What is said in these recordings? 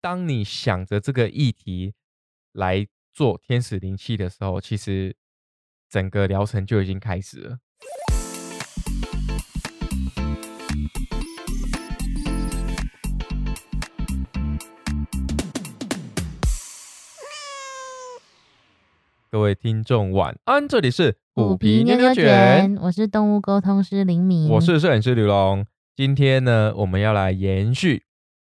当你想着这个议题来做天使灵气的时候，其实整个疗程就已经开始了。各位听众晚安，这里是虎皮牛牛牛牛卷，，我是动物沟通师林敏，我是摄呃影师刘龙。今天呢，我们要来延续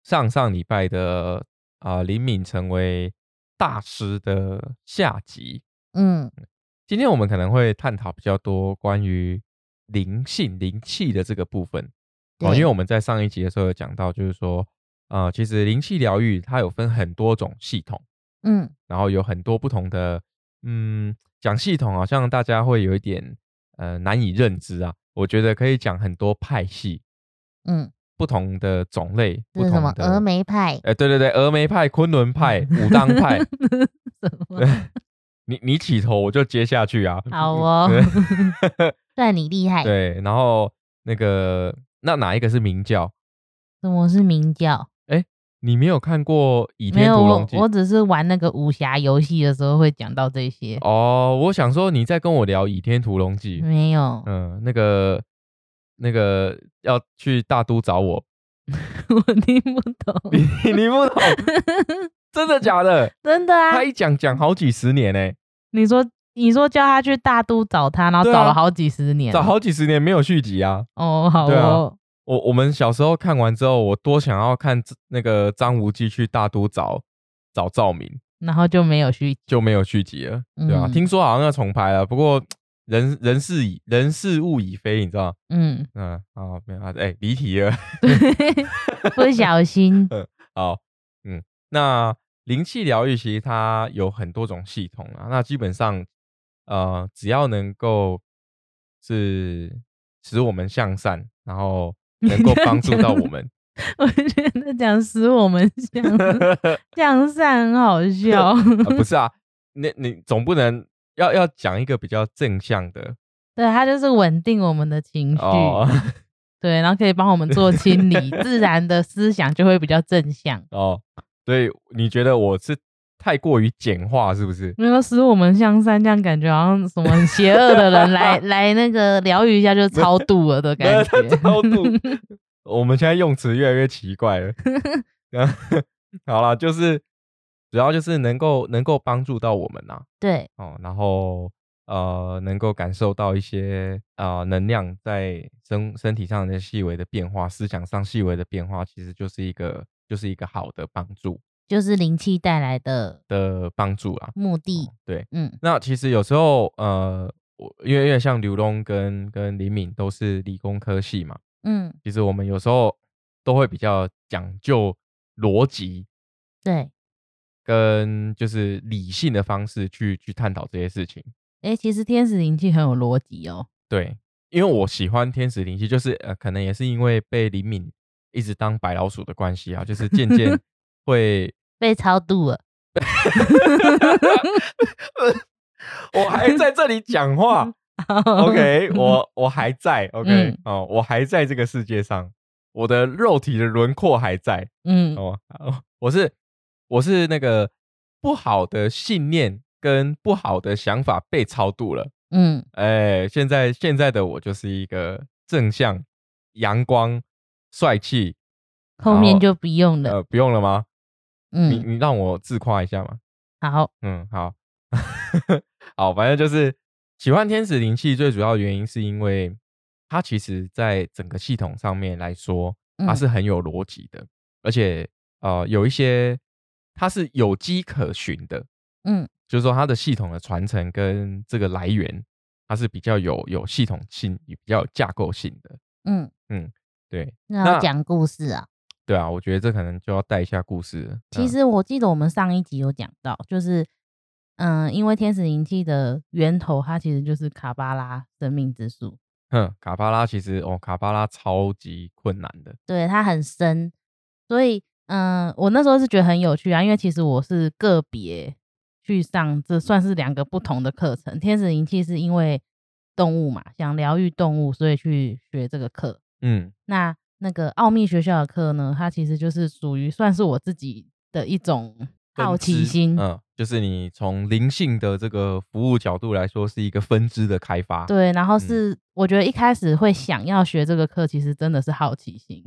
上上礼拜的啊、呃林敏成为大师的下集。嗯今天我们可能会探讨比较多关于灵性、灵气的这个部分哦，对因为我们在上一集的时候有讲到，就是说，呃，其实灵气疗愈它有分很多种系统。嗯然后有很多不同的，嗯，讲系统好像大家会有一点呃难以认知啊。我觉得可以讲很多派系，嗯，不同的种类，这不是什么同？的峨眉派？，哎、对对对，峨眉派、昆仑派、武当派 什么？你你起头我就接下去啊。好哦， 算你厉害。对，然后那个那哪一个是明教？什么是明教？你没有看过《倚没天有，屠我龙记》我只是玩那个武侠游戏的时候会讲到这些。哦？我想说你在跟我聊《倚天屠龙记》，没有，嗯，那个那个要去大都找 我， 我听不懂。你你不 懂，真的假的？真的啊他？一讲讲好几十年呢、欸你说你说叫他去大都找他，然后对啊找了好几十年。找好几十年没有续集啊！哦，好对啊哦，我我们小时候看完之后，我多想要看这那个张无忌去大都找找赵敏，然后就没有续集。就没有续集了，对啊，嗯听说好像要重拍了，不过人人事已人事物已非，你知道吗？ 嗯，嗯，好，没有啊，哎、离题了。 不小心。好，嗯，那灵气疗愈其实它有很多种系统啊。那基本上，呃，只要能够是使我们向善，然后能够这样帮助讲到我们，我觉 得讲使我们向 向善很好笑，啊不是啊，你你总不能要要讲一个比较正向的对，它就是稳定我们的情绪，哦对，然后可以帮我们做 清理，自然的思想就会比较正向。哦，所以你觉得我是太过于简化是不是？没有使我们向善，这样感觉好像什么邪恶的人 来来那个疗愈一下就超度了的感觉。超度。我们现在用词越来越奇怪了。 然后好啦，就是主要就是能够能够帮助到我们呐、对，哦，然后呃能够感受到一些呃能量在身身体上的细微的变化，思想上细微的变化，其实就是一个就是一个好的帮助就是灵气带来的的帮助啦。目的。对，嗯那其实有时候呃，我因为因为像刘东跟跟李敏都是理工科系嘛，嗯，其实我们有时候都会比较讲究逻辑对。跟就是理性的方式去去探讨这些事情。哎，其实天使灵气很有逻辑哦。对，因为我喜欢天使灵气，就是呃，可能也是因为被李敏一直当白老鼠的关系啊， 就是渐渐会，被超 度了，我还在这里讲话 嗯，OK，我我还在，OK，、嗯哦，我还在这个世界上，我的肉体的轮廓还在，嗯，哦，哦我是我是那个不好的信念跟不好的想法被超度了。嗯，哎，现在现在的我就是一个正向、阳光、帅气。后然面后就不用了。呃，不用了吗？你嗯，你让我自夸一下嘛。好，嗯，好， 好，反正就是喜欢天使灵气，最主要原因是因为它其实在整个系统上面来说，它嗯啊是很有逻辑的，而且呃有一些它是有迹可循的，嗯，就是说它的系统的传承跟这个来源，它是比较有有系统性、比较有架构性的。嗯，对那那要讲故事啊。对啊，我觉得这可能就要带一下故事了。其实我记得我们上一集有讲到，就是嗯、因为天使灵气的源头，它其实就是卡巴拉生命之树，嗯，哼，卡巴拉其实哦，卡巴拉超级困难的。对，它很深，所以嗯、我那时候是觉得很有趣啊，因为其实我是个别去上，这算是两个不同的课程。天使灵气是因为动物嘛，想疗愈动物，所以去学这个课。嗯那那个奥秘学校的课呢，它其实就是属于算是我自己的一种分好奇支心。嗯，就是你从灵性的这个服务角度来说，是一个分支的开发。，对，然后嗯是、我觉得一开始会想要学这个课，其实真的是好奇心，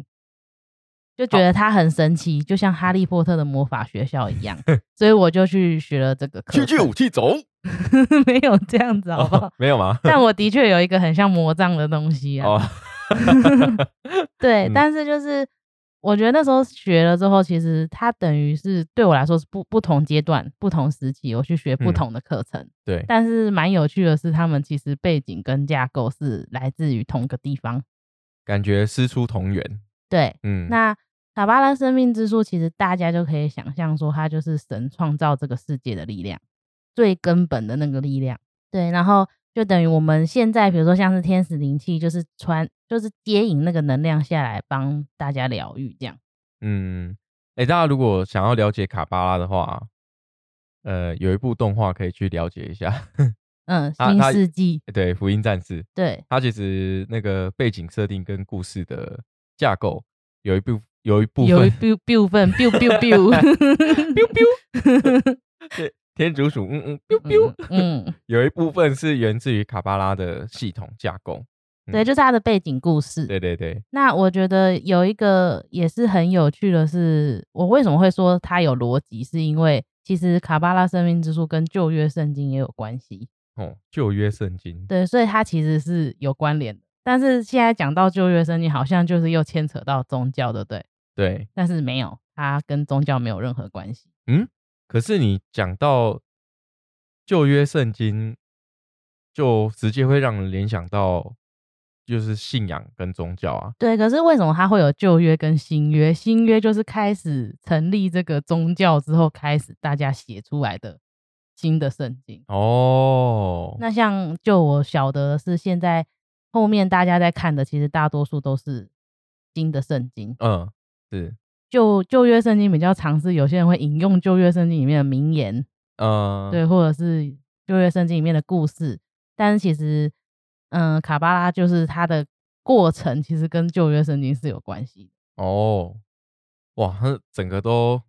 就觉好得它很神奇，就像哈利波特的魔法学校 一样，所以我就去学了这个课程。器走， 没有这样子好不好？ 没有吗？但我的确有一个很像魔杖的东西啊， 哦，对，嗯但是就是我觉得那时候学了之后，其实它等于是对我来说是不不同阶段、不同时期，我去学不嗯同的课程。对， 但是蛮有趣的是，他们其实背景跟架构是来自于同个地方。感觉师出同源。对，嗯，那卡巴拉生命之树，其实大家就可以想象说，它就是神创造这个世界的力量，最根本的那个力量。对，然后就等于我们现在，比如说像是天使灵气，就是传，就是接引那个能量下来，帮大家疗愈这样。嗯，哎、大家如果想要了解卡巴拉的话，呃，有一部动画可以去了解一下。 嗯，啊新它世纪，对，《福音战士》对，它其实那个背景设定跟故事的架构有一部有一部有一分 biu biu 份 biu biu biu biu biu 对天竺鼠，嗯嗯 biu biu，嗯，嗯有一部分是源自于卡巴拉的系统架构。对，就是它的背景故事。嗯对对对，那我觉得有一个也是很有趣的是，我为什么会说它有逻辑，是因为其实卡巴拉生命之树跟旧约圣经也有关系，哦，旧约圣经，对，所以它其实是有关联的。但是现在讲到旧约圣经，好像就是又牵扯到宗教，对不对？对。但是没有，它跟宗教没有任何关系。可是你讲到旧约圣经，就直接会让人联想到就是信仰跟宗教啊。对，可是为什么它会有旧约跟新约？新约就是开始成立这个宗教之后，开始大家写出来的新的圣经。哦，那像就我晓得的是，现在后面大家在看的，其实大多数都是新的圣经。嗯，是，旧旧约圣经比较常是有些人会引用旧约圣经里面的名言，嗯，对，或者是旧约圣经里面的故事。但是其实，嗯，卡巴拉就是它的过程，其实跟旧约圣经是有关系的。哦，哇，它整个都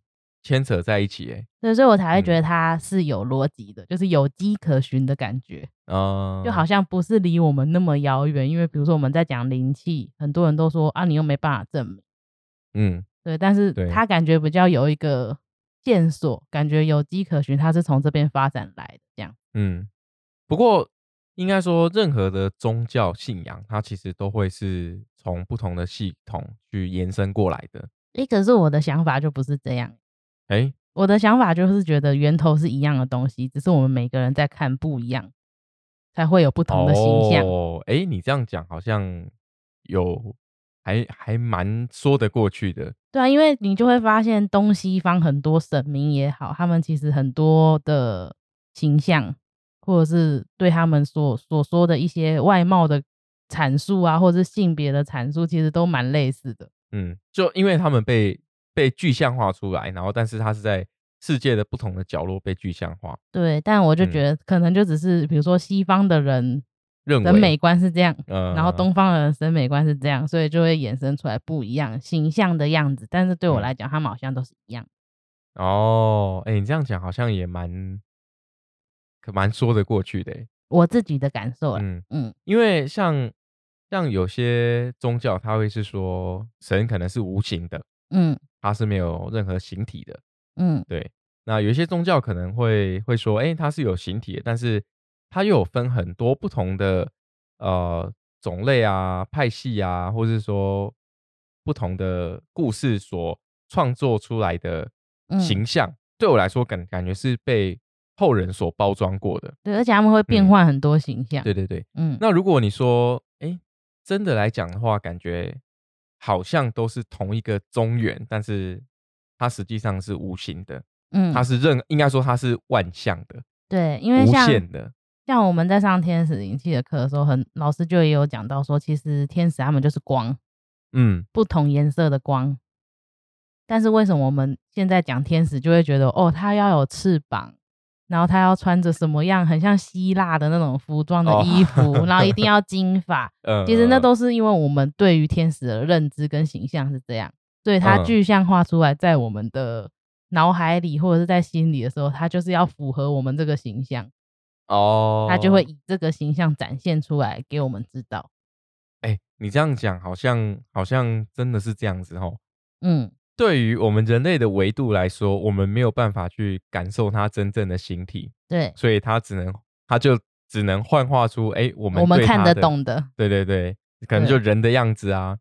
牵扯在一起诶。对，所以我才会觉嗯得它是有逻辑的，就是有迹可循的感觉。嗯，就好像不是离我们那么遥远，因为比如说我们在讲灵气，很多人都说啊，你又没办法证明，嗯，对，但是对他感觉比较有一个线索，感觉有迹可循，他是从这边发展来的，这样，嗯，不过应该说，任何的宗教信仰，它其实都会是从不同的系统去延伸过来的。诶，可是我的想法就不是这样，哎，我的想法就是觉得源头是一样的东西，只是我们每个人在看不一样，才会有不同的形象，哦，哎，你这样讲好像有还还蛮说得过去的。对啊，因为你就会发现东西方很多神明也好，他们其实很多的形象，或者是对他们所所说的一些外貌的阐述啊，或者是性别的阐述，其实都蛮类似的。嗯，就因为他们被被具象化出来，然后但是它是在世界的不同的角落被具象化，对，但我就嗯觉得可能就只是，比如说西方的人认为审美观是这样，呃，然后东方的人审美观是这样，所以就会衍生出来不一样形象的样子。但是对嗯我来讲，他们好像都是一样。哦，哎，你这样讲好像也蛮可蛮说得过去的诶。我自己的感受啦，嗯，嗯，因为像像有些宗教，它会是说神可能是无形的，嗯它是没有任何形体的。嗯那有一些宗教可能会会说，哎、它是有形体的，但是它又有分很多不同的呃种类啊、派系啊，或是说不同的故事所创作出来的嗯形象，对我来说感感觉是被后人所包装过的。对，而且他们会变嗯换很多形象。对对对，嗯，那如果你说，哎、真的来讲的话，感觉好像都是同一个中原，但是它实际上是无形的，嗯，它是任，应该说它是万象的，对，因为无像限的，像我们在上天使灵气的课的时候，很老师就也有讲到说，其实天使他们就是光，嗯，不同颜色的光。但是为什么我们现在讲天使，就会觉得哦，他要有翅膀，然后他要穿着什么样很像希腊的那种服装的哦衣 服，然后一定要金发。呃，其实那都是因为我们对于天使的认知跟形象是这样，所以它嗯具象化出来在我们的脑海里或者是在心里的时候，它就是要符合我们这个形象，哦，它就会以这个形象展现出来给我们知道。哎、你这样讲好像好像真的是这样子哦。嗯，对于我们人类的维度来说，我们没有办法去感受它真正的形体，对，所以它只能它就只能幻化出哎、我们我们对看它得的，懂的，对对对，可能对就人的样子啊、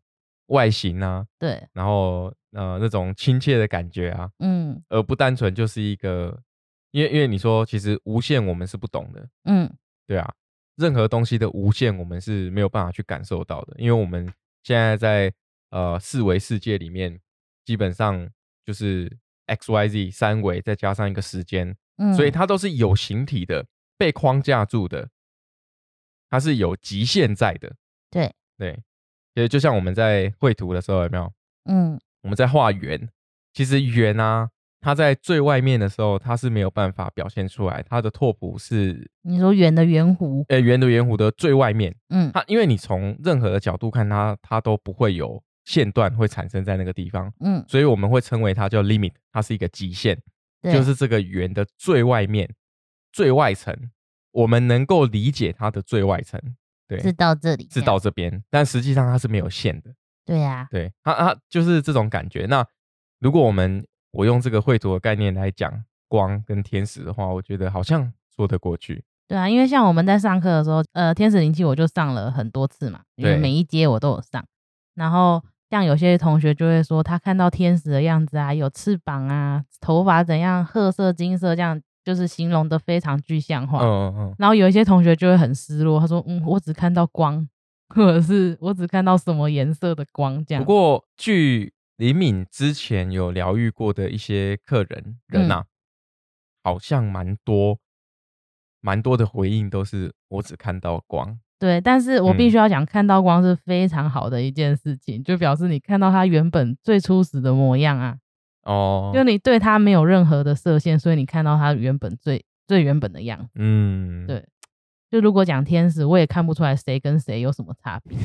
外形啊，对，然后呃那种亲切的感觉啊，嗯而不单纯就是一个，因为因为你说其实无限我们是不懂的，嗯，对啊，任何东西的无限我们是没有办法去感受到的，因为我们现在在呃四维世界里面，基本上就是 x y z 三维再加上一个时间，嗯所以它都是有形体的，被框架住的，它是有极限在的。对对，其实就像我们在绘图的时候，有没有？嗯我们在画圆，其实圆啊，它在最外面的时候，它是没有办法表现出来，它的拓扑是你说圆的圆弧，呃圆的圆弧的最外面，嗯它因为你从任何的角度看它，它都不会有线段会产生在那个地方，嗯，所以我们会称为它叫 limit，它是一个极限，对，就是这个圆的最外面、最外层，我们能够理解它的最外层，对，是到这里，是到，这边，但实际上它是没有线的。对啊呀、对，它它就是这种感觉。那如果我们我用这个绘图的概念来讲光跟天使的话，我觉得好像说得过去。对啊，因为像我们在上课的时候，呃，天使灵气我就上了很多次嘛，因为对每一节我都有上。然后像有些同学就会说，他看到天使的样子啊，有翅膀啊，头发怎样，褐色、金色，这样就是形容的非常具象化。嗯嗯嗯，然后有一些同学就会很失落，他说：“嗯，我只看到光，或者是我只看到什么颜色的光这样。”不过据李敏之前有疗愈过的一些客人嗯人呐、好像蛮多蛮多的回应都是我只看到光。对，但是我必嗯须要讲，看到光是非常好的一件事情，就表示你看到它原本最初始的模样啊，哦，就你对它没有任何的设限，所以你看到它原本最最原本的样子。嗯，对就如果讲天使，我也看不出来谁跟谁有什么差 别，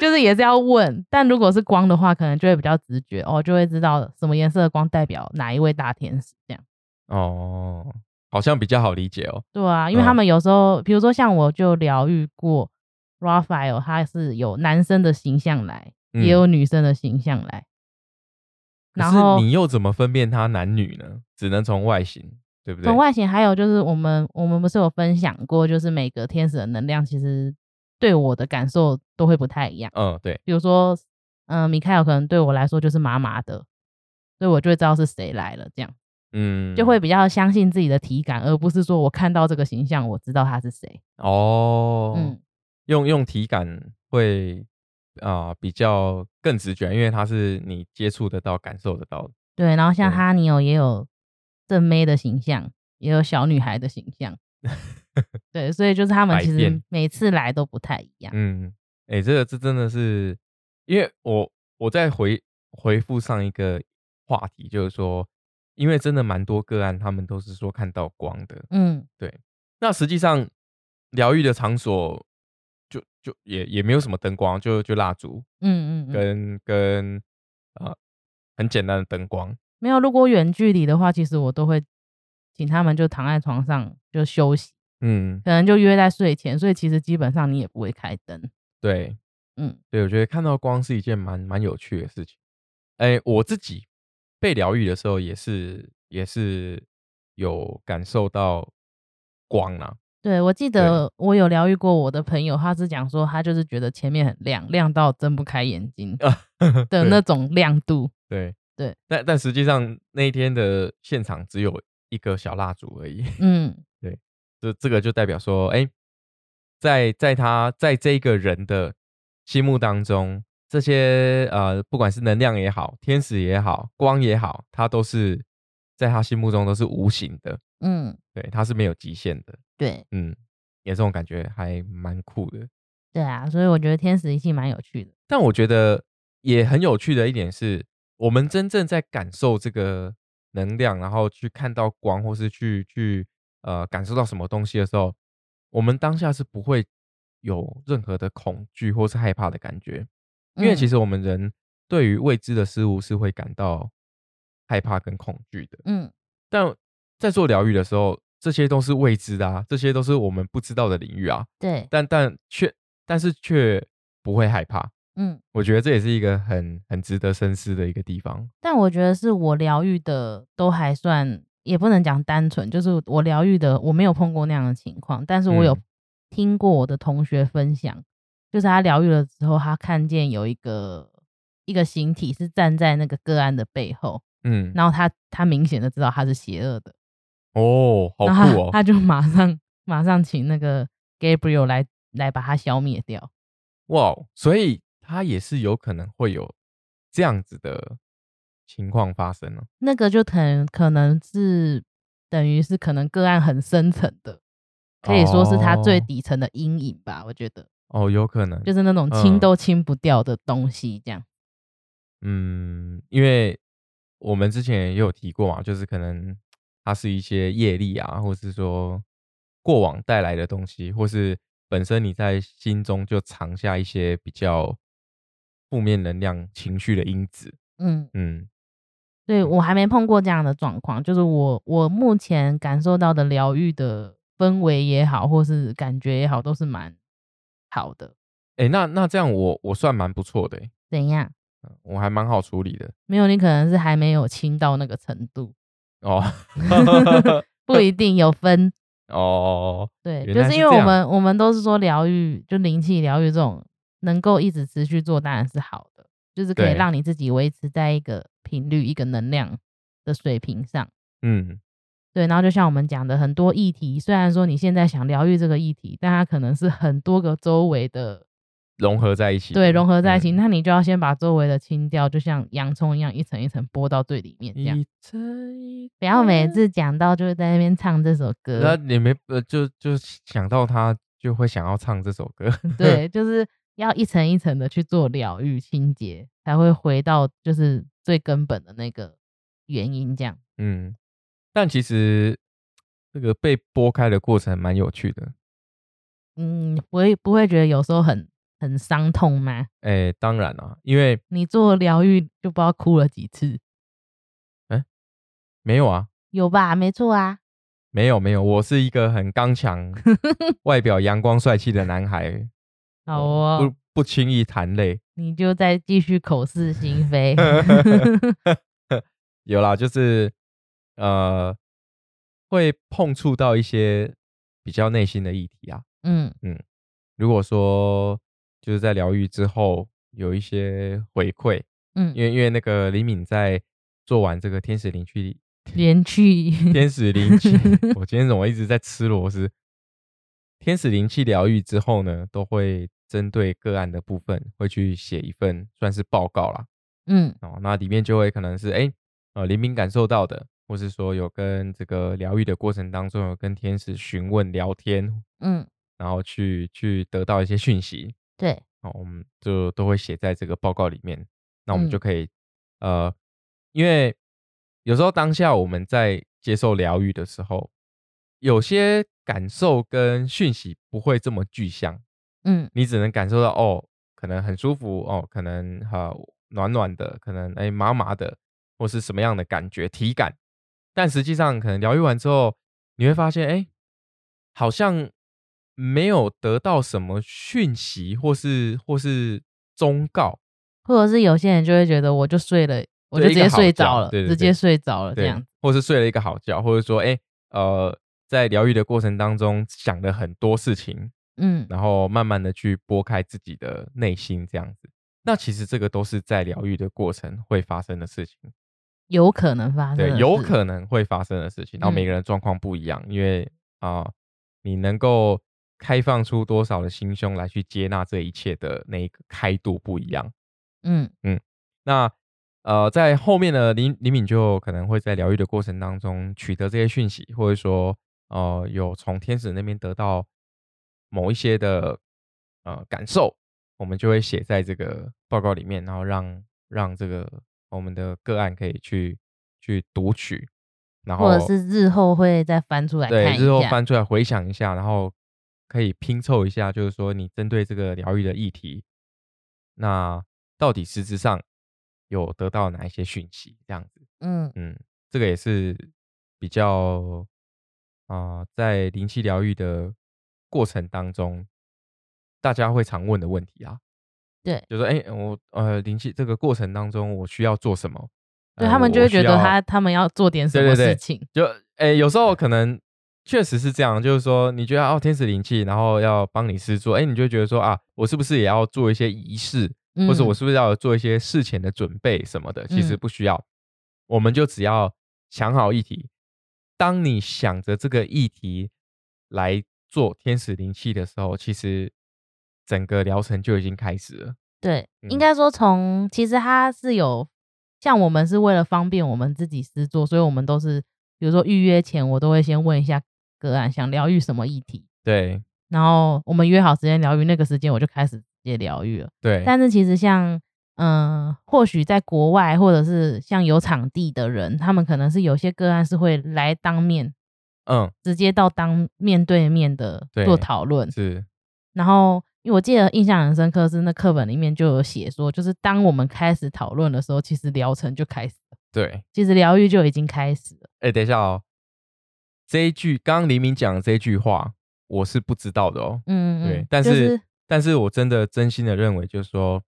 就是也是要问。但如果是光的话，可能就会比较直觉哦，就会知道什么颜色的光代表哪一位大天使这样。哦，好像比较好理解哦。对啊，因为嗯他们有时候，比如说像我就疗愈过 Raphael，他是有男生的形象来，嗯也有女生的形象来。可然是后你又怎么分辨它男女呢？只能从外形，对不对？从外形，还有就是我们我们不是有分享过，就是每个天使的能量其实对我的感受都会不太一样。嗯，对，比如说，嗯、米开尔可能对我来说就是麻麻的，所以我就会知道是谁来了，这样嗯，就会比较相信自己的体感，而不是说我看到这个形象，我知道他是谁。哦，嗯，用用体感会啊、比较更直觉，因为它是你接触得到、感受得到的。对。然后像对哈尼欧也有正妹的形象，也有小女孩的形象。 对，所以就是他们百其实变每次来都不太一样。嗯，哎、这个这真的是，因为我我在回回复上一个话题，就是说，因为真的蛮多个案，他们都是说看到光的，嗯，那实际上疗愈的场所就就也也没有什么灯光，就就蜡烛嗯嗯嗯，跟、跟呃很简单的灯光。没有。如果远距离的话，其实我都会请他们就躺在床上就休息，嗯，可能就约在睡前，所以其实基本上你也不会开灯。对，嗯对，我觉得看到光是一件蛮蛮有趣的事情。哎，我自己被疗愈的时候也是也是有感受到光啦、 对，我记得我有疗愈过我的朋友，他是讲说他就是觉得前面很亮，亮到睁不开眼 睛的那种亮度。对对，但但实际上那一天的现场只有一个小蜡烛而已。嗯，这这个就代表说，哎，在在他在这个人的心目当中，这些呃，不管是能量也好，天使也好，光也好，它都是在他心目中都是无形的，嗯，对，它是没有极限的，对嗯，也这种感觉还蛮酷的。对啊，所以我觉得天使一系蛮有趣的。但我觉得也很有趣的一点是，我们真正在感受这个能量，然后去看到光，或是去去呃感受到什么东西的时候，我们当下是不会有任何的恐惧或是害怕的感觉，因为其实实我们人对于未知的事物是会感到害怕跟恐惧的。嗯但在做疗愈的时候，这些都是未知的啊，这些都是我们不知道的领域啊，对，但但却但是却不会害怕。嗯，我觉得这也是一个很很值得深思的一个地方。但我觉得是我疗愈的都还算，也不能讲单纯，就是我疗愈的我没有碰过那样的情况，但是我有嗯听过我的同学分享，就是他疗愈了之后，他看见有一个一个形体是站在那个个案的背后，嗯，然后他他明显的知道他是邪恶的，哦，好然后他酷哦，他就马上马上请那个 Gabriel 来来把它消灭掉。哇哦，所以它也是有可能会有这样子的情况发生哦呢、那个就等可能是等于是可能个案很深层的，可以说是他最哦底层的阴影吧。我觉得哦，有可能，就是那种清嗯都清不掉的东西，这样。嗯，因为我们之前也有提过嘛，就是可能它是一些业力啊，或是说过往带来的东西，或是本身你在心中就藏下一些比较负面能量、情绪的因子。嗯，嗯对我还没碰过这样的状况，就是我我目前感受到的疗愈的氛围也好，或是感觉也好，都是蛮好的。哎、那那这样我我算蛮不错的、欸，怎样？嗯我还蛮好处理的没有，你可能是还没有清到那个程度，哦。 呃不一定有分哦，对，原就来是是因为这我样们我们都是说疗愈，就灵气疗愈这种能够一直持续做，当然是好的，就是可以对让你自己维持在一个频率、一个能量的水平上。嗯，对，然后就像我们讲的，很多议题，虽然说你现在想疗愈这个议题，但它可能是很多个周围的融合在一起，对融合在一起，嗯那你就要先把周围的清掉，就像洋葱一样一层一层剥到最里面这样。一嗯层一不要每层次讲到就在那边唱这首歌，那你没呃，就就想到他就会想要唱这首歌。对，就是要一层一层的去做疗愈清洁，才会回到就是最根本的那个原因。这样，嗯，但其实这个被剥开的过程蛮有趣的。嗯，不会不会觉得有时候很很伤痛吗？哎，当然啦、因为你做疗愈就不知道哭了几次，没有啊，有吧？没错啊，没有没有，我是一个很刚 强、外表阳光帅气的男孩，好我哦，不不轻易弹泪。你就再继续口是心非。嗯 有啦，就是呃，会碰触到一些比较内心的议题啊。嗯如果说就是在疗愈之后有一些回馈，因嗯，为因为那个李敏在做完这个天使灵气，连去天使灵气，我今天怎么一直在吃螺丝？天使灵气疗愈之后呢，都会针对个案的部分，会去写一份算是报告啦。嗯哦，那里面就会可能是哎、诶呃，灵敏感受到的，或是说有跟这个疗愈的过程当中有跟天使询问聊天，嗯，然后去去得到一些讯息。对，好，我们就都会写在这个报告里面。那我们就嗯可以，呃，因为有时候当下我们在接受疗愈的时候，有些感受跟讯息不会这么具象，嗯你只能感受到哦，可能很舒服哦，可能哈、呃暖暖的，可能哎麻麻的，或是什么样的感觉体感。但实际上，可能疗愈完之后，你会发现，哎，好像没有得到什么讯息，或是或是忠告。或者是有些人就会觉得我就睡了，我对就直一个接好睡觉着了，对对直对接睡着了这对样。，或是睡了一个好觉，或者说，哎，呃，在疗愈的过程当中想了很多事情，嗯，然后慢慢的去拨开自己的内心，这样子。那其实这个都是在疗愈的过程会发生的事情，有可能发生啊的对，事，有可能会发生的事情。然后每嗯个人状况不一样，因为啊、你能够开放出多少的心胸来去接纳这一切的那一个开度不一样。嗯那呃，在后面呢，李李敏就可能会在疗愈的过程当中取得这些讯息，或者说呃，有从天使那边得到某一些的呃感受，我们就会写在这个报告里面，然后让让这个我们的个案可以去去读取，然后或者是日后会再翻出来看对一日后下。翻出来回想一下，然后可以拼凑一下，就是说你针对这个疗愈的议题，那到底实质上有得到哪一些讯息？这样子，嗯嗯，这个也是比较啊、在灵气疗愈的过程当中，大家会常问的问题啊。对，就说哎、诶我呃灵气这个过程当中，我需要做什么？对呃他们我就会需觉得要他他们要做点什对么对对事情，就诶、有时候可能确实是这样，就是说你觉得哦天使灵气，然后要帮你施做，诶、你就觉得说啊，我是不是也要做一些仪式，或者我嗯是不是要有做一些事前的准备什么的？其实嗯不需要，我们就只要想好议题。当你想着这个议题来做天使灵气的时候，其实整个疗程就已经开始了。对，应嗯该说从其实他是有像我们是为了方便我们自己私做，所以我们都是比如说预约前我都会先问一下个案想疗愈什么议题，对然后我们约好时间疗愈，那个时间我就开始直接疗愈了。对，但是其实像嗯、呃或许在国外或者是像有场地的人，他们可能是有些个案是会来当面嗯直接到当面对面的对做讨论，是然后，因为我记得印象很深刻，是那课本里面就有写说，就是当我们开始讨论的时候，其实疗程就开始了，对。其实疗愈就已经开始了。哎、等一下哦，这一句刚刚黎明讲的这一句话，我是不知道的哦。嗯，嗯对，嗯但、就是是但是我真的真心的认为，就是说，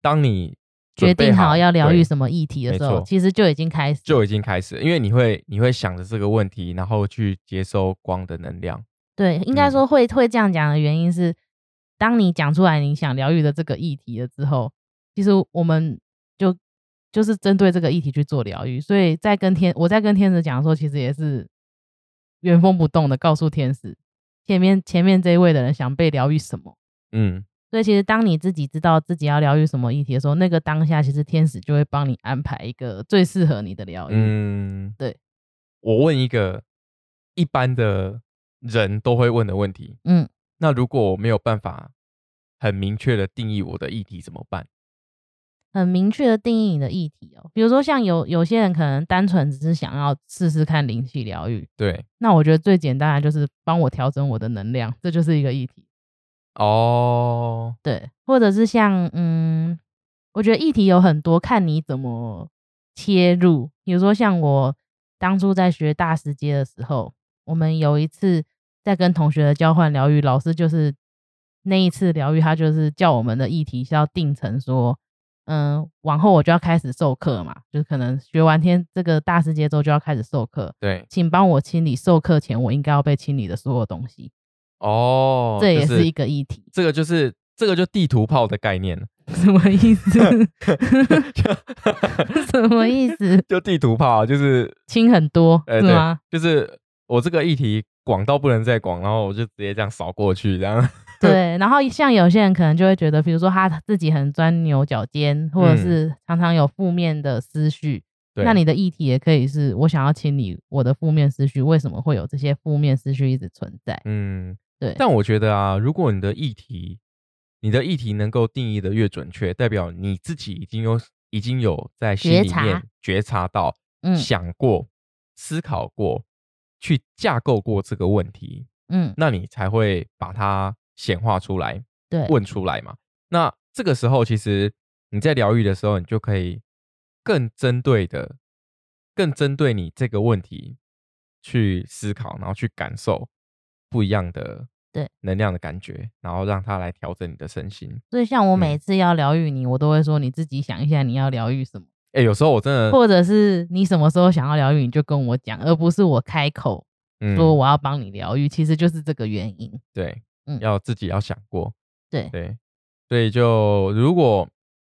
当你决准备定好要疗愈对什么议题的没时候，错其实就已经开始了。就已经开始了，因为你会你会想着这个问题，然后去接收光的能量。对，应该嗯说会、会这样讲的原因是，当你讲出来你想疗愈的这个议题了之后，其实我们就就是针对这个议题去做疗愈。所以在跟天我在跟天使讲的时候，其实也是原封不动的告诉天使，前面前面这一位的人想被疗愈什么。嗯，所以其实当你自己知道自己要疗愈什么议题的时候，那个当下其实天使就会帮你安排一个最适合你的疗愈。嗯，哦对。我问一个一般的人都会问的问题，嗯，那如果我没有办法很明确的定义我的议题怎么办？很明确的定义你的议题哦。比如说，像有有些人可能单纯只是想要试试看灵气疗愈，对，那我觉得最简单的就是帮我调整我的能量，这就是一个议题。哦，对，或者是像嗯，我觉得议题有很多，看你怎么切入。比如说，像我当初在学大师阶的时候，我们有一次在跟同学的交换疗愈，老师就是那一次疗愈，他就是叫我们的议题是要定成说，嗯，往后我就要开始授课嘛，就是可能学完天这个大师阶之后就要开始授课，对，请帮我清理授课前我应该要被清理的所有东西，哦，这就也是是一个议题，这个就是这个就地图炮的概念了， 什么意思？ 什么意思？就地图炮啊就是轻很多、呃是对 吗？就是我这个议题广到不能再广，然后我就直接这样扫过去，这样对。然后像有些人可能就会觉得，比如说他自己很钻牛角尖，或者嗯是常常有负面的思绪，对，那你的议题也可以是我想要清理我的负面思绪，为什么会有这些负面思绪一直存在？嗯，对但我觉得啊，如果你的议题，你的议题能够定义的越准确，代表你自己已经有已经有在心觉里察面觉察到、嗯想过、思考过、去架构过这个问题，嗯，那你才会把它显化出来。对，问出来嘛。那这个时候，其实你在疗愈的时候，你就可以更针对的、更针对你这个问题去思考，然后去感受不一样的对能量的感觉，然后让它来调整你的身心。所以像我每嗯次要疗愈你，我都会说你自己想一下你要疗愈什么，哎、有时候我真的或者是你什么时候想要疗愈，你就跟我讲，而不是我开口嗯说我要帮你疗愈，其实就是这个原因。对，嗯要自己要想过，对对，所以就如果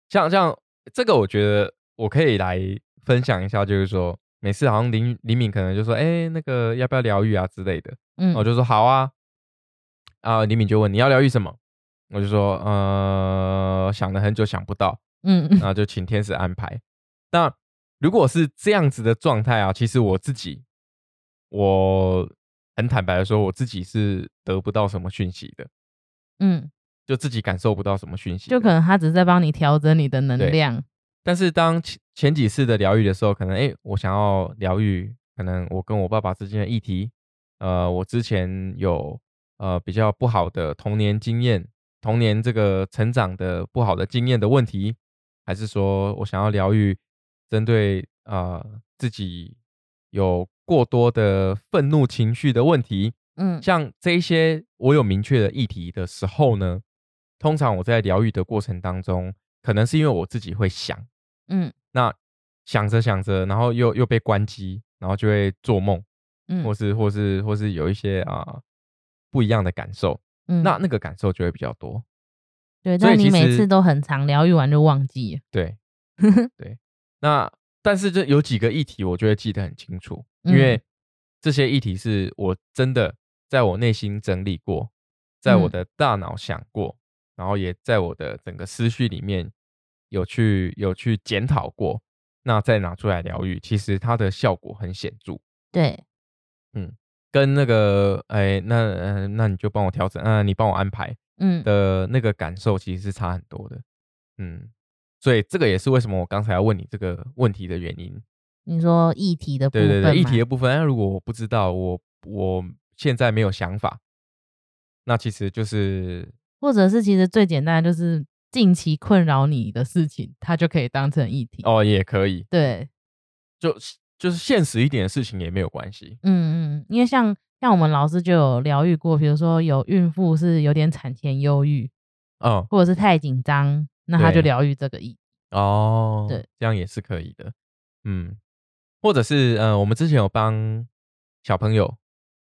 像像这个，我觉得我可以来分享一下，就是说每次好像林林敏可能就说，哎、那个要不要疗愈啊之类的，嗯，我就说好啊，啊，林敏就问你要疗愈什么，我就说呃，想了很久想不到，嗯嗯那就请天使安排。那如果是这样子的状态啊，其实我自己，我很坦白的说，我自己是得不到什么讯息的，嗯，就自己感受不到什么讯息的。就可能他只是在帮你调整你的能对量。但是当前前几次的疗愈的时候，可能诶，我想要疗愈，可能我跟我爸爸之间的议题，呃，我之前有呃比较不好的童年经验，童年这个成长的不好的经验的问题，还是说我想要疗愈针对呃自己有过多的愤怒情绪的问题，嗯像这一些我有明确的议题的时候呢，通常我在疗愈的过程当中，可能是因为我自己会想，嗯那想着想着，然后又又被关机，然后就会做梦，嗯，或是或是或是有一些啊、不一样的感受，嗯那那个感受就会比较多。对，所以但你其每实次都很长，疗愈完就忘记了。 对，对。那但是这有几个议题，我就会记得很清楚，因为嗯这些议题是我真的在我内心整理过，在我嗯的大脑想过，然后也在我的整个思绪里面有去有去检讨过，那再拿出来疗愈，其实它的效果很显著。对，跟那个，哎、那、呃、那你就帮我调整，嗯、你帮我安排嗯的那个感受，其实是差很多的，嗯，所以这个也是为什么我刚才要问你这个问题的原因。你说议题的部对分对对，议吗题的部分，那如果我不知道，我我现在没有想法，那其实就是或者是其实最简单的就是近期困扰你的事情，它就可以当成议题。哦也可以，对，就是就是现实一点的事情也没有关系，嗯嗯，因为像像我们老师就有疗愈过，比如说有孕妇是有点产前忧郁，嗯或者是太紧张，那他就对疗愈这个议题。哦，对，这样也是可以的，嗯，或者是呃，我们之前有帮小朋友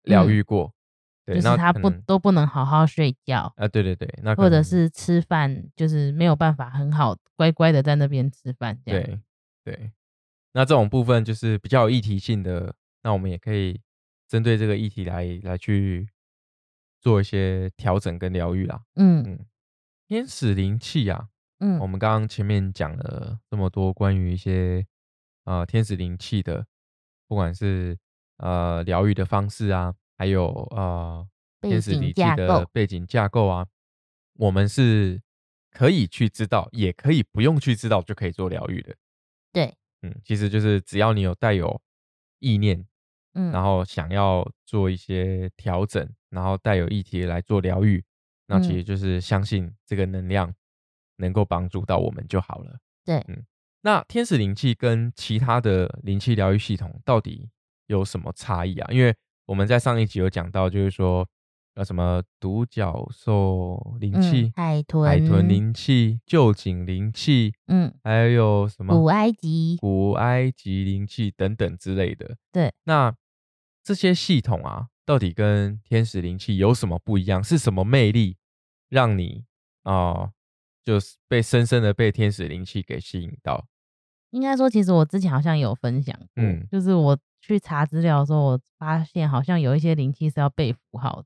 疗嗯愈过，对，就是那他可不能都不能好好睡觉，啊，对对对，那可或者能是吃饭就是没有办法很好乖乖的在那边吃饭这样。对对，那这种部分就是比较有议题性的，那我们也可以针对这个议题来来去做一些调整跟疗愈啦。嗯天使灵气啊，嗯我们刚刚前面讲了这么多关于一些呃天使灵气的，不管是呃疗愈的方式啊，还有呃背天使景灵气架的构背景架构啊，我们是可以去知道，也可以不用去知道就可以做疗愈的。对，嗯，其实就是只要你有带有意念，嗯，然后想要做一些调整，然后带有议题来做疗愈，那其嗯实就是相信这个能量能够帮助到我们就好了。对嗯，那天使灵气跟其他的灵气疗愈系统到底有什么差异啊？因为我们在上一集有讲到，就是说呃什么独角兽灵嗯气、海豚海豚灵气、臼井灵气，嗯还有什么古埃及古埃及灵气等等之类的。对，那这些系统啊，到底跟天使灵气有什么不一样？是什么魅力让你啊、呃就是被深深的被天使灵气给吸引到？应该说，其实我之前好像有分享过，嗯就是我去查资料的时候，我发现好像有一些灵气是要背符号的，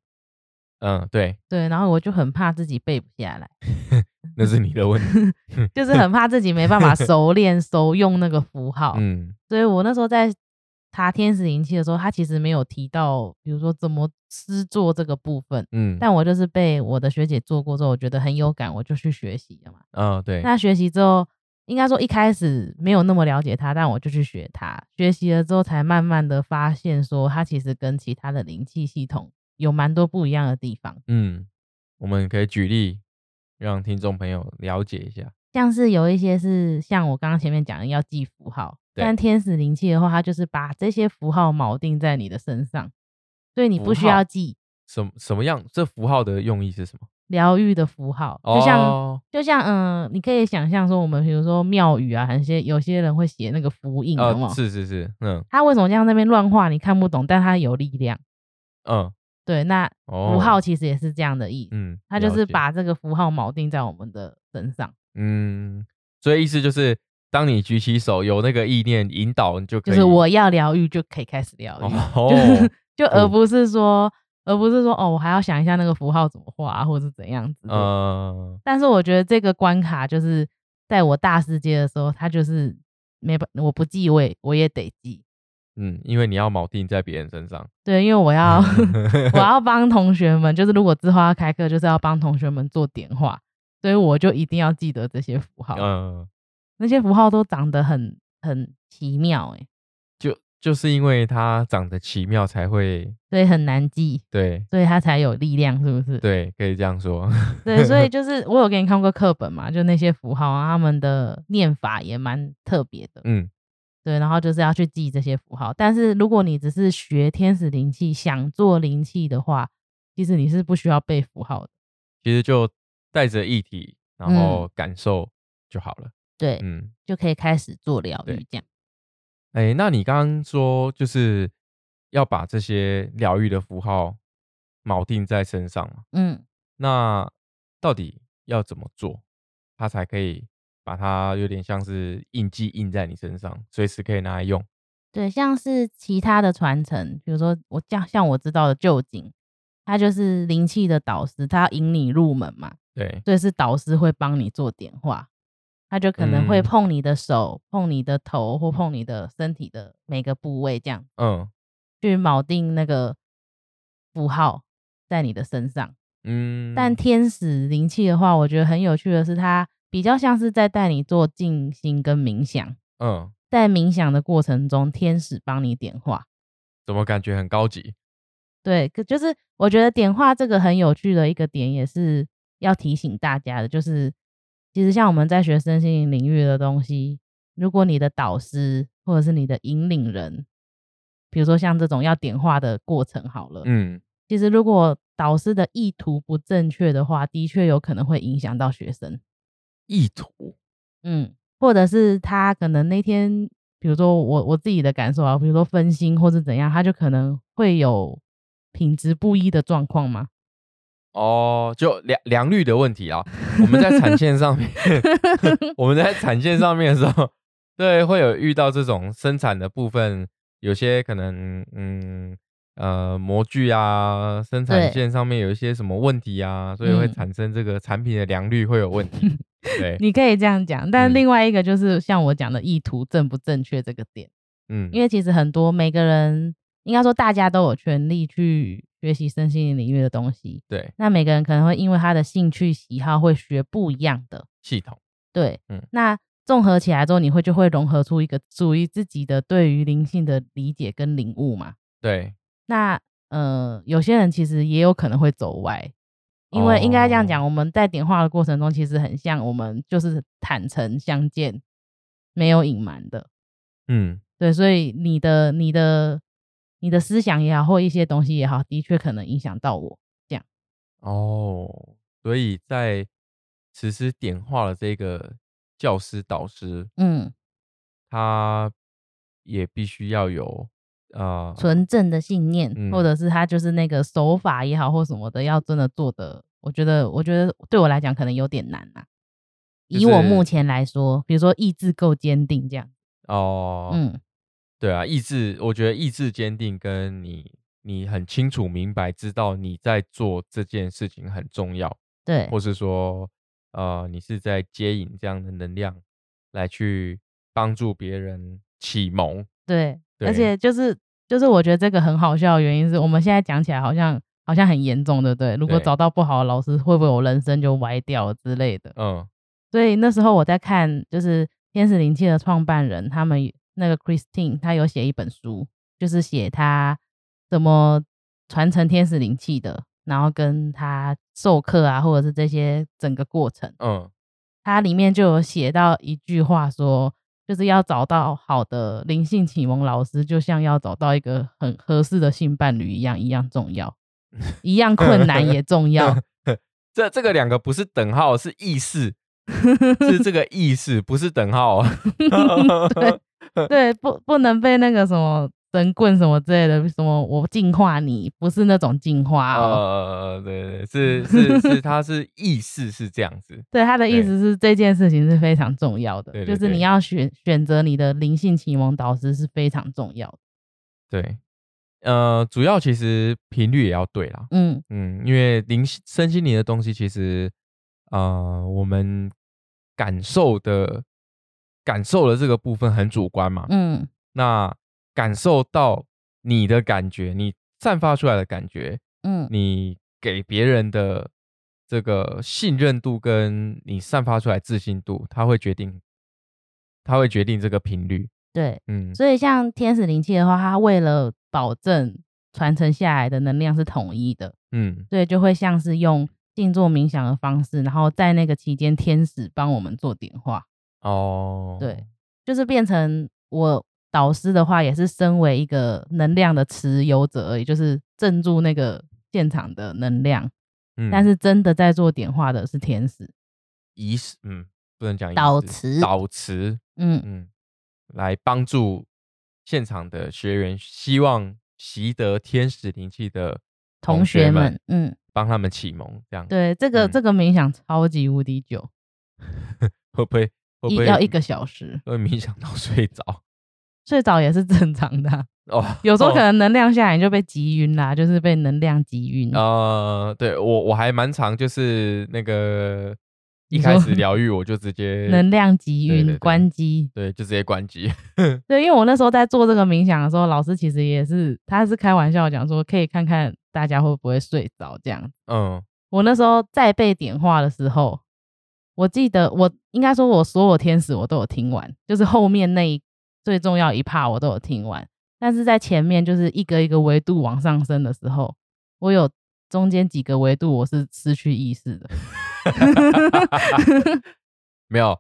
嗯，对，对，然后我就很怕自己背不下来，嗯那是你的问题。就是很怕自己 没办法熟练熟用那个符号，嗯，所以我那时候在查天使灵气的时候，他其实没有提到，比如说怎么施做这个部分，嗯，但我就是被我的学姐做过之后，我觉得很有感，我就去学习了嘛。嗯，对，那学习之后，应该说一开始没有那么了解它，但我就去学它。学习了之后，才慢慢的发现说，它其实跟其他的灵气系统有蛮多不一样的地方。嗯，我们可以举例让听众朋友了解一下。像是有一些是像我刚刚前面讲的要记符号，对但天使灵气的话，它就是把这些符号锚定在你的身上，所以你不符需号要记什么什么样？这符号的用意是什么？疗愈的符号，就像、哦、就像嗯、你可以想象说，我们比如说庙宇啊，有些有些人会写那个符印，有没呃，有是是是，嗯他为什么这样那边乱画，你看不懂，但他有力量。嗯，对，那哦，符号其实也是这样的意思，嗯，他就了是解把这个符号锚定在我们的身上，嗯，所以意思就是，当你举起手，有那个意念引导，你就可就以是我要疗愈就可以开始疗愈，哦， 就而酷不是说而不是说哦，我还要想一下那个符号怎么画、啊、或者是怎样子。的。呃，但是我觉得这个关卡就是在我大世界的时候，他就是没办，我不记我也我也得记，嗯，因为你要锚定在别人身上，对，因为 我要我要帮同学们，就是如果之后要开课，就是要帮同学们做点化，所以我就一定要记得这些符号。呃，那些符号都长得很很奇妙、欸，就就是因为它长得奇妙，才会所以很难记，对所以它才有力量，是不是？对，可以这样说， 对，所以就是我有给你看过课本嘛，就那些符号啊，他们的念法也蛮特别的。嗯，对，然后就是要去记这些符号。但是如果你只是学天使灵气，想做灵气的话，其实你是不需要背符号的。其实就带着议题，然后感受就好了。嗯对，嗯，就可以开始做疗对愈这样。哎、那你刚刚说就是要把这些疗愈的符号锚定在身上嘛？嗯，那到底要怎么做，它才可以把它有点像是印记印在你身上，随时可以拿来用？对，像是其他的传承，比如说我像像我知道的旧景，他就是灵气的导师，他要引你入门嘛，对，所以是导师会帮你做点化，他就可能会嗯碰你的手、碰你的头或碰你的身体的每个部位，这样嗯去锚定那个符号在你的身上。嗯，但天使灵气的话，我觉得很有趣的是，它比较像是在带你做静心跟冥想，嗯，在冥想的过程中，天使帮你点化。怎么感觉很高级？对，可就是我觉得点化这个很有趣的一个点，也是要提醒大家的，就是其实像我们在学身心灵领域的东西，如果你的导师或者是你的引领人，比如说像这种要点化的过程好了，嗯，其实如果导师的意图不正确的话，的确有可能会影响到学生，意图，嗯，或者是他可能那天，比如说我我自己的感受啊，比如说分心或是怎样，他就可能会有品质不一的状况嘛。哦，就良良率的问题啦。我们在产线上面， 我们在产线上面的时候，对，会有遇到这种生产的部分，有些可能，嗯，呃，模具啊，生产对线上面有一些什么问题啊，所以会嗯产生这个产品的良率会有问题。 对，你可以这样讲，但嗯另外一个就是像我讲的意图正不正确这个点，嗯，因为其实很多每个人应该说大家都有权利去学习身心灵领域的东西，对，那每个人可能会因为他的兴趣喜好会学不一样的，系统，对，嗯那综合起来之后，你会就会融合出一个属于自己的对于灵性的理解跟领悟嘛。对，那呃，有些人其实也有可能会走歪，因为应该这样讲，哦我们在点化的过程中，其实很像我们就是坦诚相见，没有隐瞒的。嗯，对，所以你的你的你的思想也好，或一些东西也好，的确可能影响到我。哦，所以在实施点化了这个教师导师，嗯，他也必须要有呃，纯正的信念，嗯或者是他就是那个手法也好，或什么的，要真的做的，我觉得我觉得对我来讲可能有点难啊。就以我是目前来说，比如说意志够坚定这样，哦、嗯，对啊，意志，我觉得意志坚定跟你你很清楚明白知道你在做这件事情很重要，对，或是说呃，你是在接引这样的能量来去帮助别人启蒙，对，而对且就是就是我觉得这个很好笑的原因是我们现在讲起来好像好像很严重，对不对？如果对找到不好的老师，会不会我人生就歪掉了之类的？嗯所以那时候我在看就是天使灵气的创办人他们那个 Christine，她有写一本书，就是写她怎么传承天使灵气的，然后跟她授课啊，或者是这些整个过程。嗯它里面就有写到一句话说，就是要找到好的灵性启蒙老师，就像要找到一个很合适的性伴侣一样，一样重 要，一样困难也重要。这这个两个不是等号，是意识，是 这个意识，不是等号、啊。对，不不能被那个什么神棍什么之类的，什么我净化你，不是那种净化哦。呃，对对，是是是，它是意思是这样子，对，他的意对思是这件事情是非常重要的，对对就是对你要选选择你的灵性启蒙导师是非常重要的。对，呃，主要其实频率也要对啦，嗯，嗯，因为灵性身心灵的东西，其实呃，我们感受的感受的这个部分很主观嘛，嗯，那感受到你的感觉，你散发出来的感觉，嗯，你给别人的这个信任度跟你散发出来自信度，它会决定，它会决定这个频率。对，嗯，所以像天使灵气的话，它为了保证传承下来的能量是统一的，嗯，所以就会像是用静坐冥想的方式，然后在那个期间，天使帮我们做点化，哦，对，就是变成我导师的话，也是身为一个能量的持有者而已，就是镇住那个现场的能量。嗯，但是真的在做点化的是天使，仪式，嗯，不能讲仪导式词导词，嗯，嗯，来帮助现场的学员，希望习得天使灵气的同学学们，嗯，帮他们启蒙，这样对，这个、嗯这个冥想超级无敌久，会不会会不一会要一个小时，会冥想到 睡着？睡着也是正常的啊、哦，嗯有时 候哦可能能量下来你就被急晕啦，就是被能量急晕。呃，对我我还蛮常就是那个一你开说始疗愈我就直接能量急对对晕对，关机。对就直接关机， 对，因为我那时候在做这个冥想的时候，老师其实也是，他是开玩笑讲说，可以看看大家会不会睡着这样。嗯我那时候在被点化的时候，我记得我应该说，我所有天使我都有听完，就是后面那一最重要一 part 我都有听完，但是在前面就是一个一个维度往上升的时候，我有中间几个维度我是失去意识的。没有，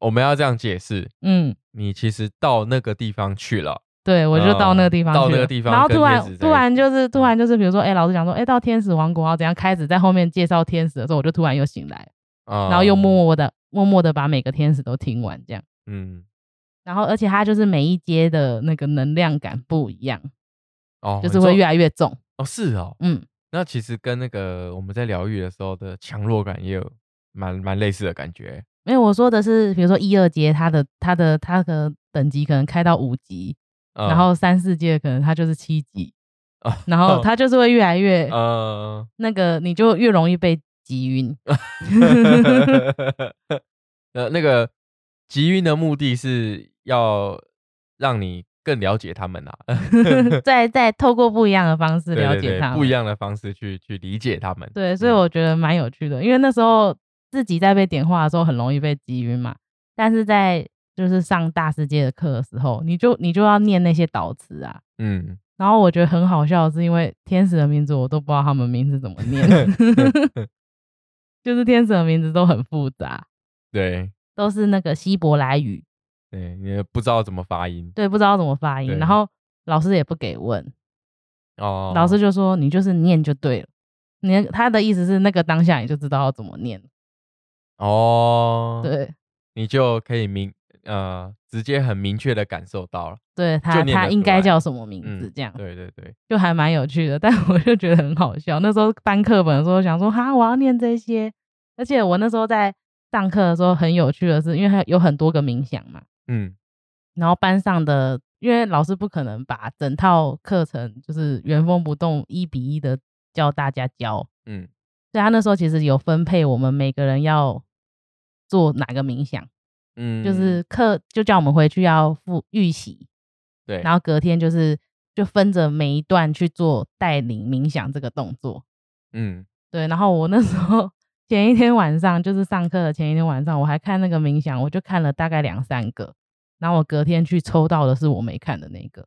我们要这样解释，嗯，你其实到那个地方去了，对，我就到嗯那个地方去到了、那个地方然后跟突天然使在一突然起嗯就是突然就是，比如说，哎、老师讲说，哎、到天使王国要怎样开始，在后面介绍天使的时候，我就突然又醒来，啊、然后又默默的默默的把每个天使都听完这样。嗯然后，而且它就是每一阶的那个能量感不一样，哦，就是你说会越来越重。哦是哦，嗯，那其实跟那个我们在疗愈的时候的强弱感也有蛮蛮类似的感觉，因为我说的是，比如说一二阶，它的它的它的等级可能开到五级，嗯然后三四阶可能它就是七级，啊然后它就是会越来越、呃，那个，你就越容易被 击晕。呃， 那个集运的目的是要让你更了解他们啊， 再再透过不一样的方式对了对解对他们不一样的方式去去理解他们。对，所以嗯我觉得蛮有趣的，因为那时候自己在被点化的时候很容易被击晕嘛，但是在就是上大世界的课的时候，你就你就要念那些导词啊。嗯，然后我觉得很好笑，是因为天使的名字我都不知道他们名字怎么嗯念， 就是天使的名字都很复杂，对都是那个希伯来语，对，你也不知道怎么发音对，不知道怎么发音。对然后老师也不给问，哦。老师就说你就是念就对了。你他的意思是那个当下你就知道要怎么念了，哦，，对你就可以明呃直接很明确的感受到了。对，他念他得应出该来叫什么名嗯字？这样、对对对，就还蛮有趣的， 但我就觉得很好笑。那时候翻课本的时候想说哈，我要念这些，而且我那时候在上课的时候很有趣的是，因为它有很多个冥想嘛，嗯然后班上的因为老师不可能把整套课程就是原封不动一比一的教大家教，嗯所以他那时候其实有分配我们每个人要做哪个冥想，嗯，就是课就叫我们回去要复预习，对，然后隔天就是就分着每一段去做带领冥想这个动作。嗯对，然后我那时候前一天晚上就是上课的前一天晚上，我还看那个冥想，我就看了大概两三个，然后我隔天去抽到的是我没看的那个，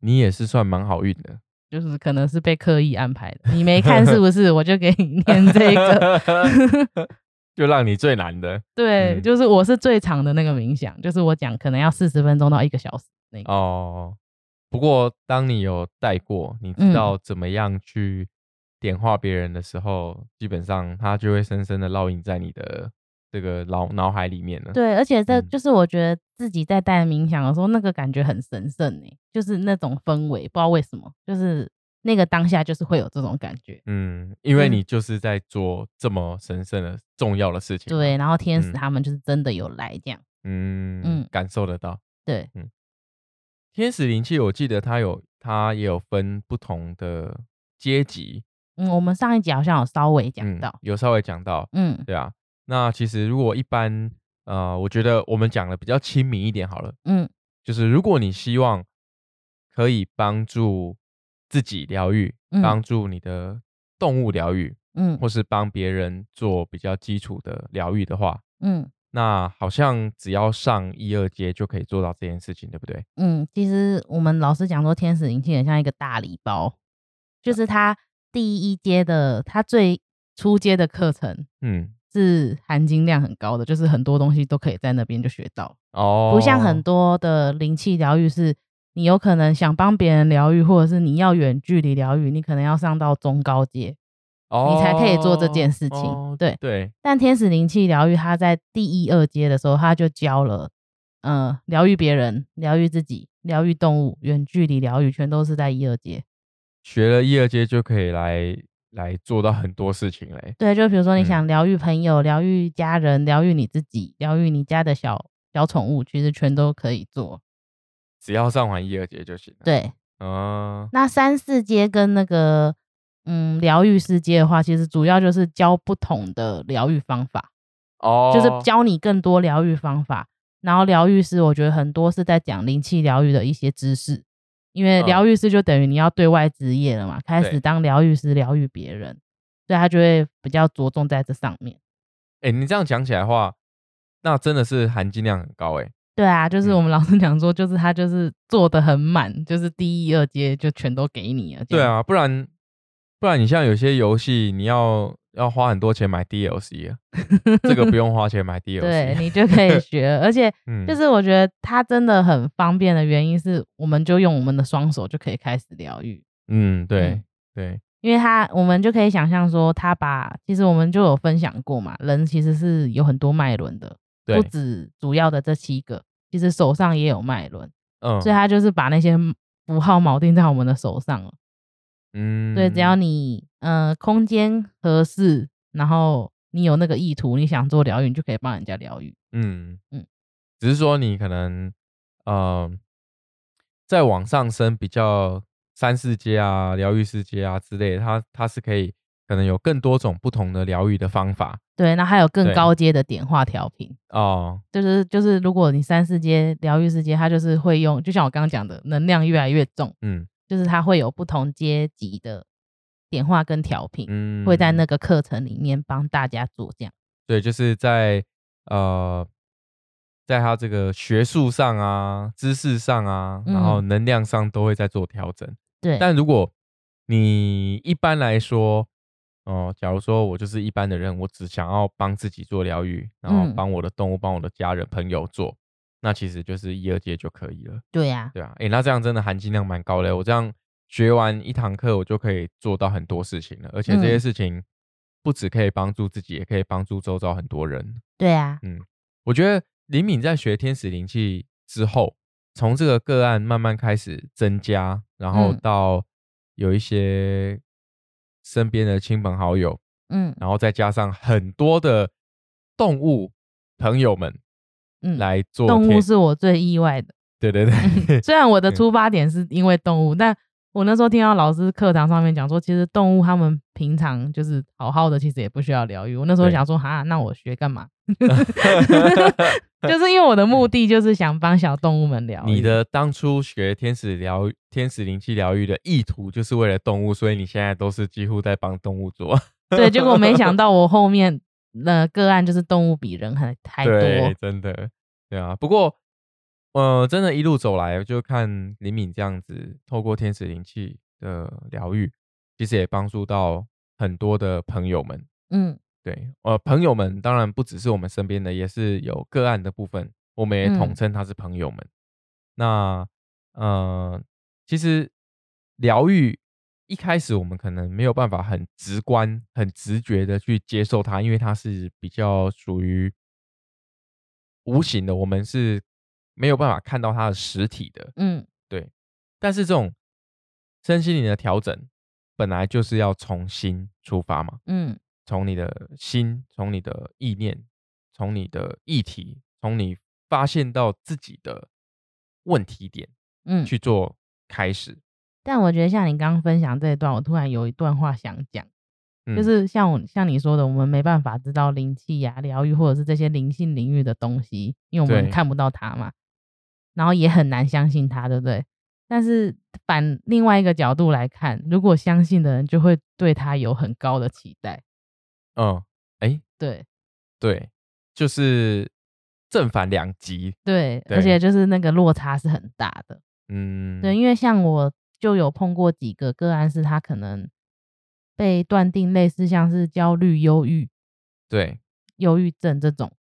你也是算蛮好运的。就是可能是被刻意安排的。你没看是不是？我就给你念 这个。就让你最难的对，嗯就是我是最长的那个冥想，就是我讲可能要四十分钟到一个小时那个。哦。不过，当你有带过，你知嗯道怎么样去点化别人的时候，基本上它就会深深的烙印在你的这个脑脑海里面了。，对，而且这嗯就是我觉得自己在带冥想的时候，那个感觉很神圣诶、就是那种氛围，不知道为什么，就是那个当下就是会有这种感觉。嗯，因为嗯你就是在做这么神圣的重要的事情。对，，然后天嗯使他们就是真的有来这样。嗯嗯嗯，感受得到。对，天使灵气，我记得它有，它也有分不同的阶级。嗯，我们上一集好像有稍微讲嗯到，有稍微讲到，嗯对啊，那其实如果一般，呃，我觉得我们讲的比较亲民一点好了，嗯就是如果你希望可以帮助自己疗愈，嗯帮助你的动物疗愈，嗯或是帮别人做比较基础的疗愈的话，嗯那好像只要上一二阶就可以做到这件事情，对不对？嗯，其实我们老师讲说，天使灵气很像一个大礼包，就是它第一阶的，它最初阶的课程嗯是含金量很高的，就是很多东西都可以在那边就学到，哦，不像很多的灵气疗愈是。你有可能想帮别人疗愈，或者是你要远距离疗愈，你可能要上到中高阶，哦，你才可以做这件事情哦对对，但天使灵气疗愈，它在第一二阶的时候，它就教了，呃，疗愈别人、疗愈自己、疗愈动物、远距离疗愈，全都是在一二阶。学了一二阶就可以来来做到很多事情嘞。对，就比如说你嗯想疗愈朋友、疗愈家人、疗愈你自己、疗愈你家的小小宠物，其实全都可以做。只要上完一二节就行了。，对，嗯，那三四阶跟那个嗯疗愈师阶的话，其实主要就是教不同的疗愈方法。哦，就是教你更多疗愈方法。然后疗愈师，我觉得很多是在讲灵气疗愈的一些知识，因为嗯疗愈师就等于你要对外职业了嘛，开对始当疗愈师疗愈别人，所以他就会比较着重在这上面。哎、你这样讲起来的话，那真的是含金量很高哎、对啊，就是嗯我们老师讲说，就是他就是做的很满，就是第一、二阶就全都给你了。对，啊，不然不然你像有些游戏，你要要花很多钱买 DLC，啊这个 不用花钱买 DLC。对 你就可以学了，而且嗯，就是我觉得它真的很方便的原因是，我们就用我们的双手就可以开始疗愈。嗯，对嗯对，因为他我们就可以想象说，他把其实我们就有分享过嘛，人其实是有很多脉轮的，对不止主要的这七个，其实手上也有脉轮，嗯，所以他就是把那些符号锚定在我们的手上了。嗯，对，只要你呃空间合适，然后你有那个意图，你想做疗愈，你就可以帮人家疗愈。嗯嗯嗯，只是说你可能呃，再往上升比较三四阶啊、疗愈师阶啊之类的，它它是可以可能有更多种不同的疗愈的方法对，那还有更对高阶的点化调频。哦。就是就是，如果你三四阶疗愈师阶，它就是会用，就像我刚刚讲的，能量越来越重，嗯就是它会有不同阶级的点化跟调频，嗯，会在那个课程里面帮大家做这样。对，就是在呃，在他这个学术上啊、知识上啊，然后能量上都会在做调整。嗯对，但如果你一般来说，哦、假如说我就是一般的人，我只想要帮自己做疗愈，然后嗯帮我的动物、帮我的家人、朋友做，那其实就是一二阶就可以了，对呀、对啊，诶，那这样真的含金量蛮高的。我这样学完一堂课，我就可以做到很多事情了，而且这些嗯事情不只可以帮助自己，也可以帮助周遭很多人。对啊呀、我觉得林敏在学天使灵气之后，从这个个案慢慢开始增加，然后嗯到有一些身边的亲朋好友，嗯然后再加上很多的动物朋友们嗯，来做动天物，是我最意外 的。对对对，虽然我的嗯出发点是因为动物，但我那时候听到老师课堂上面讲说，其实动物他们平常就是好好的，其实也不需要疗愈。我那时候对想说，哈，那我学 干嘛？嗯 就是因为我的目的就是想帮小动物们疗愈。嗯你的当初学天使疗、天使灵气疗愈的意图，就是为了动物，所以你现在都是几乎在帮动物做。 对，结果没想到我后面的个案就是动物比人还 还对，多。真的，对啊。不过，呃，真的，一路走来，就看李敏这样子，透过天使灵气的疗愈，其实也帮助到很多的朋友们。嗯对，呃，朋友们当然不只是我们身边的，也是有个案的部分，我们也统嗯称他是朋友们。那，呃，其实疗愈一开始我们可能没有办法很直观、很直觉的去接受它，因为它是比较属于无形的，我们是没有办法看到它的实体的。嗯，但是这种身心灵的调整，本来就是要从心出发嘛。嗯，从你的心，从你的意念，从你的议题，从你发现到自己的问题点嗯，去做开始。但我觉得像你刚刚分享这一段，我突然有一段话想讲，嗯就是像我像你说的，我们没办法知道灵气呀、疗愈或者是这些灵性领域的东西，因为我对们看不到它嘛，然后也很难相信它，对不对？但是反另外一个角度来看，如果相信的人就会对它有很高的期待，嗯，哎，对对，就是正反两极。对，对而且就是那个落差是很大的。嗯，对，，因为像我就有碰过几个个案，是他可能被断定类似像是焦虑、忧郁，对，忧郁症这种，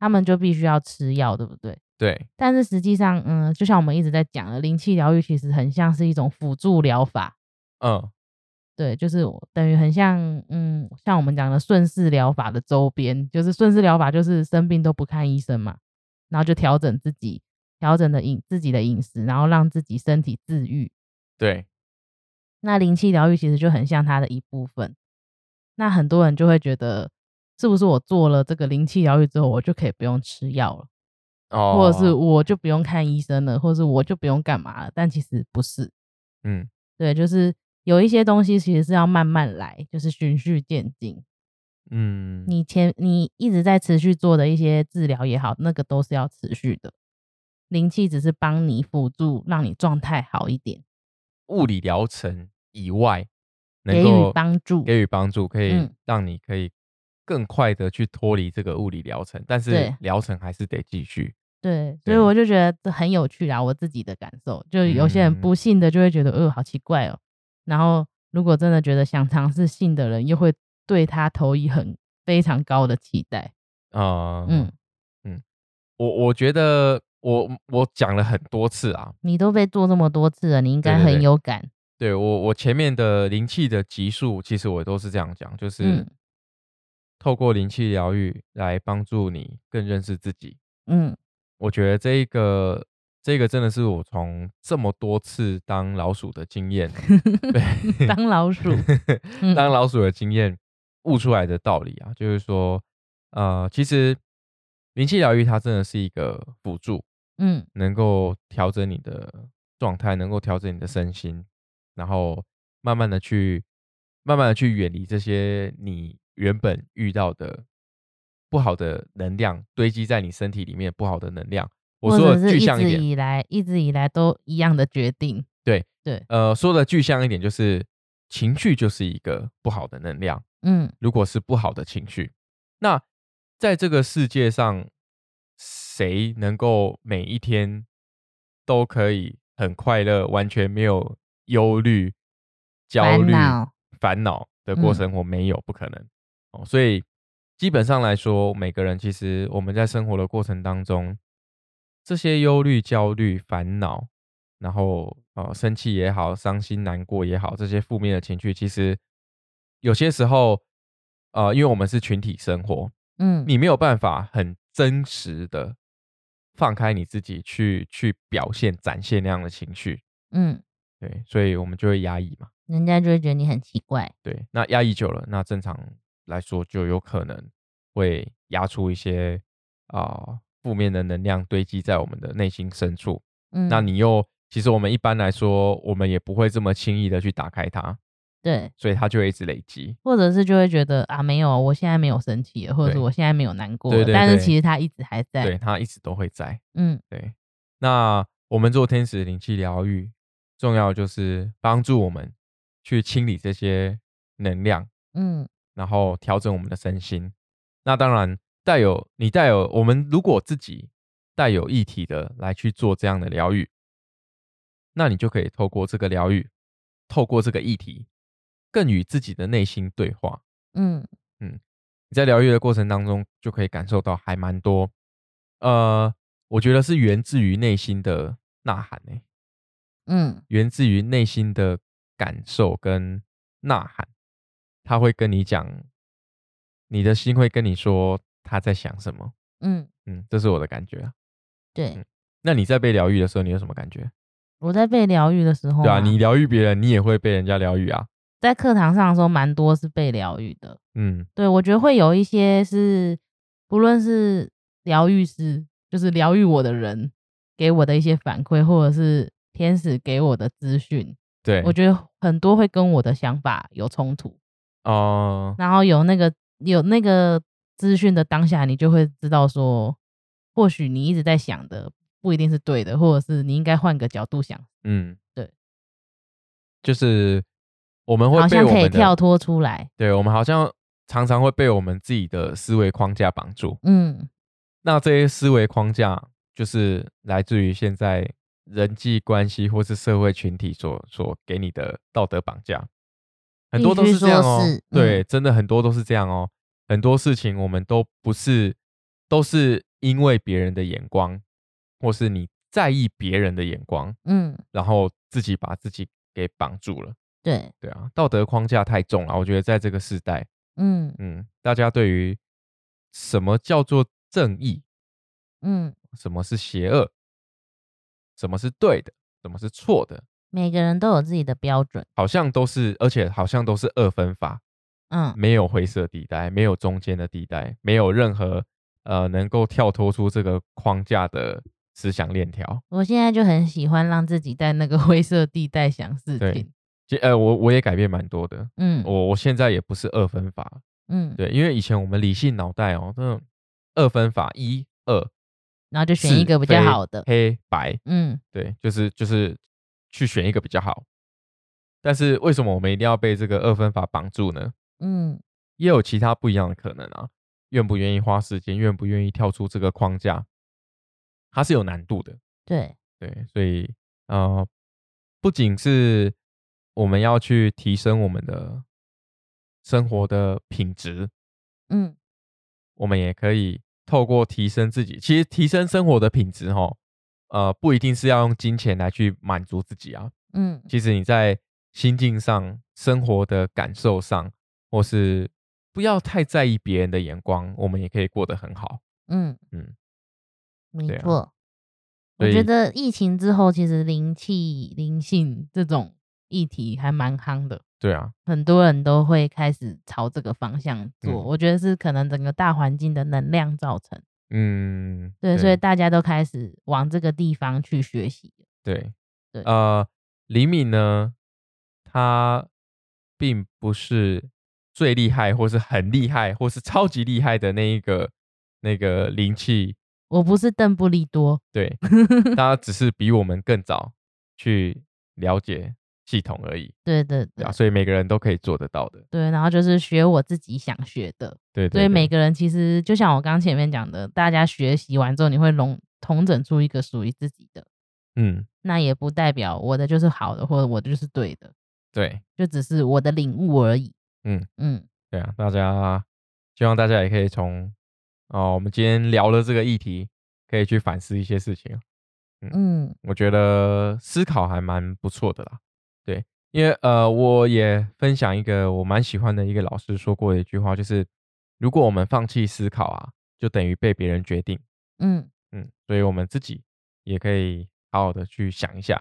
他们就必须要吃药，对不对？对，但是实际上，嗯，就像我们一直在讲的，灵气疗愈其实很像是一种辅助疗法，嗯，对，就是我等于很像，嗯，像我们讲的顺势疗法的周边，就是顺势疗法就是生病都不看医生嘛，然后就调整自己，调整的饮自己的饮食，然后让自己身体自愈。对，那灵气疗愈其实就很像它的一部分。那很多人就会觉得，是不是我做了这个灵气疗愈之后，我就可以不用吃药了，哦，或者是我就不用看医生了，或者是我就不用干嘛了？但其实不是，嗯对，就是有一些东西其实是要慢慢来，就是循序渐进。嗯，你前你一直在持续做的一些治疗也好，那个都是要持续的。灵气只是帮你辅助，让你状态好一点，物理疗程以外，能给够予帮助。给予帮助，可以嗯让你可以更快的去脱离这个物理疗程，但是对疗程还是得继续。对，所对以我就觉得这很有趣啦，我自己的感受。就有些人嗯不信的就会觉得，呃，好奇怪哦。然后如果真的觉得想尝试信的人，又会对他投以很非常高的期待。呃，嗯，我我觉得我我讲了很多次啊，你都被做这么多次了，你应该对对很对有感。对我我前面的灵气的集数，其实我都是这样讲，就是嗯透过灵气疗愈来帮助你更认识自己。嗯我觉得这一个这个真的是我从这么多次当老鼠的经验，对， 当老 鼠嗯当老鼠的经验悟出来的道理啊，就是说，呃，其实灵气疗愈它真的是一个辅助，嗯能够调整你的状态，能够调整你的身心，然后慢慢的去，慢慢的去远离这些你原本遇到的不好的能量堆积在你身体里面不好的能量。我或说的者是具一象一直点，以来一直以来都一样的决定。呃，说的具象一点就是情绪就是一个不好的能量。嗯如果是不好的情绪，那在这个世界上，谁能够每一天都可以很快乐，完全没有忧虑、焦烦虑恼、烦恼的过嗯生活？没有，不可能哦。所以基本上来说，每个人其实我们在生活的过程当中，这些忧虑、焦虑、烦恼，然后呃生气也好，伤心难过也好，这些负面的情绪，其实有些时候，呃，因为我们是群体生活，嗯，你没有办法很真实的放开你自己去去表现、展现那样的情绪，嗯，对，所以我们就会压抑嘛，人家就会觉得你很奇怪。对，那压抑久了，那正常来说就有可能会压出一些啊、呃负面的能量堆积在我们的内心深处，嗯，那你又其实我们一般来说，我们也不会这么轻易的去打开它，对，所以它就会一直累积。或者是就会觉得啊，没有，我现在没有生气了，或者是对我现在没有难过对了，对但是对其实他一直还在。对，它一直都会在。嗯对，那我们做天使灵气疗愈，重要的就是帮助我们去清理这些能量，嗯然后调整我们的身心。那当然，带有你带有我们如果自己带有议题的来去做这样的疗愈，那你就可以透过这个疗愈，透过这个议题，更与自己的内心对话。嗯你在疗愈的过程当中，就可以感受到还蛮多，呃，我觉得是源自于内心的呐喊欸诶、嗯源自于内心的感受跟呐喊，他会跟你讲，你的心会跟你说他在想什么，嗯，嗯，这是我的感觉啊。对。嗯那你在被疗愈的时候，你有什么感觉？我在被疗愈的时候、对啊，你疗愈别人，你也会被人家疗愈啊，在课堂上的时候，蛮多是被疗愈的。嗯，对，我觉得会有一些是，不论是疗愈师，就是疗愈我的人给我的一些反馈，或者是天使给我的资讯，对，我觉得很多会跟我的想法有冲突。哦、然后有那个有那个资讯的当下，你就会知道说，或许你一直在想的不一定是对的，或者是你应该换个角度想，嗯，对，就是我们会好被像我可以们的跳脱出来。对，我们好像常常会被我们自己的思维框架绑住。嗯那这些思维框架就是来自于现在人际关系或是社会群体所所给你的道德绑架，很必多都须是这样说哦。是嗯对，真的很多都是这样哦。很多事情我们都不是都是因为别人的眼光，或是你在意别人的眼光，嗯，然后自己把自己给绑住了。对，对啊，道德框架太重了，我觉得在这个时代，嗯嗯，大家对于什么叫做正义，嗯，什么是邪恶，什么是对的，什么是错的，每个人都有自己的标准，好像都是，而且好像都是二分法，嗯没有灰色地带，没有中间的地带，没有任何呃能够跳脱出这个框架的思想链条。我现在就很喜欢让自己在那个 灰色地带想事对情，其呃，我我也改变蛮多的，嗯我我现在也不是二分法，嗯，对，因为以前我们理性脑袋哦，那种二分法一二，然后就选一是个比较非好的，黑白，嗯对，就是就是去选一个比较好。但是为什么我们一定要被这个二分法绑住呢？嗯也有其他不一样的可能啊。愿不愿意花时间，愿不愿意跳出这个框架，它是有难度的。对，对，所以呃，不仅是我们要去提升我们的生活的品质，嗯我们也可以透过提升自己，其实提升生活的品质，哈，呃，不一定是要用金钱来去满足自己啊。嗯其实你在心境上、生活的感受上，或是不要太在意别人的眼光，我们也可以过得很好。嗯嗯嗯，没对啊错。我所觉以得疫情之后，其实灵气、灵性这种议题还蛮夯的，对啊，很多人都会开始朝这个方向做。嗯我觉得是可能整个大环境的能量造成，嗯，对，所以大家都开始往这个地方去学习。对对呃，李敏呢，他并不是最厉害，或是很厉害，或是超级厉害的那一个那个灵气，我不是邓布利多， 对他只是比我们更早去了解系统而已，对对对对啊，所以每个人都可以做得到的。对，然后就是学我自己想学的，对对所以对每个人其实就像我刚前面讲的，大家学习完之后，你会笼统整出一个属于自己的，嗯，那也不代表我的就是好的，或者我的就是对的，对就只是我的领悟而已。嗯嗯，对啊，大家希望大家也可以从哦，我们今天聊了这个议题，可以去反思一些事情。啊嗯我觉得思考还蛮不错的啦。对，因为呃，我也分享一个我蛮喜欢的一个老师说过的一句话，就是如果我们放弃思考啊，就等于被别人决定。嗯嗯，所以我们自己也可以好好的去想一下。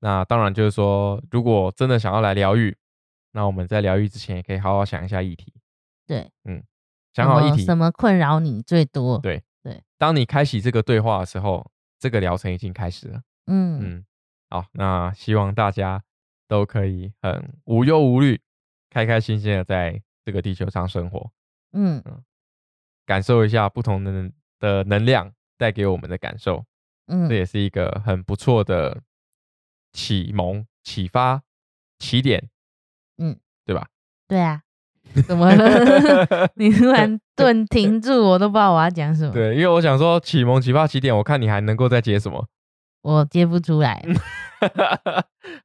那当然就是说，如果真的想要来疗愈，那我们在疗愈之前也可以好好想一下议题。嗯对，想什好议么题，什么困扰你最多？对当你开启这个对话的时候，这个疗程已经开始了。嗯，嗯，好，那希望大家都可以很无忧无虑、开开心心的在这个地球上生活，嗯感受一下不同的能的能量带给我们的感受。嗯这也是一个很不错的启蒙、启发、起点。嗯，对吧？对啊，怎么了？ 你 突然顿停住，我都不知道我要讲什么，对，因为我想说启蒙、启发、起点，我看你还能够再解什么。 我接不出来。嗯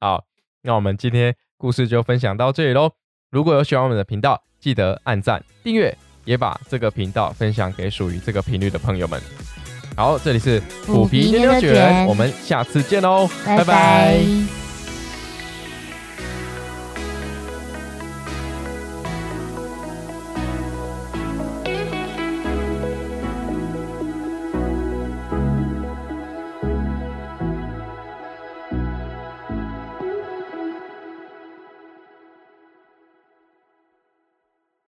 好，那我们今天故事就分享到这里喽。如果有喜欢我们的频道，记得按赞、订阅，也把这个频道分享给属于这个频率的朋友们。好，这里是虎皮虎皮牛牛牛卷，卷我们下次见喽，拜拜拜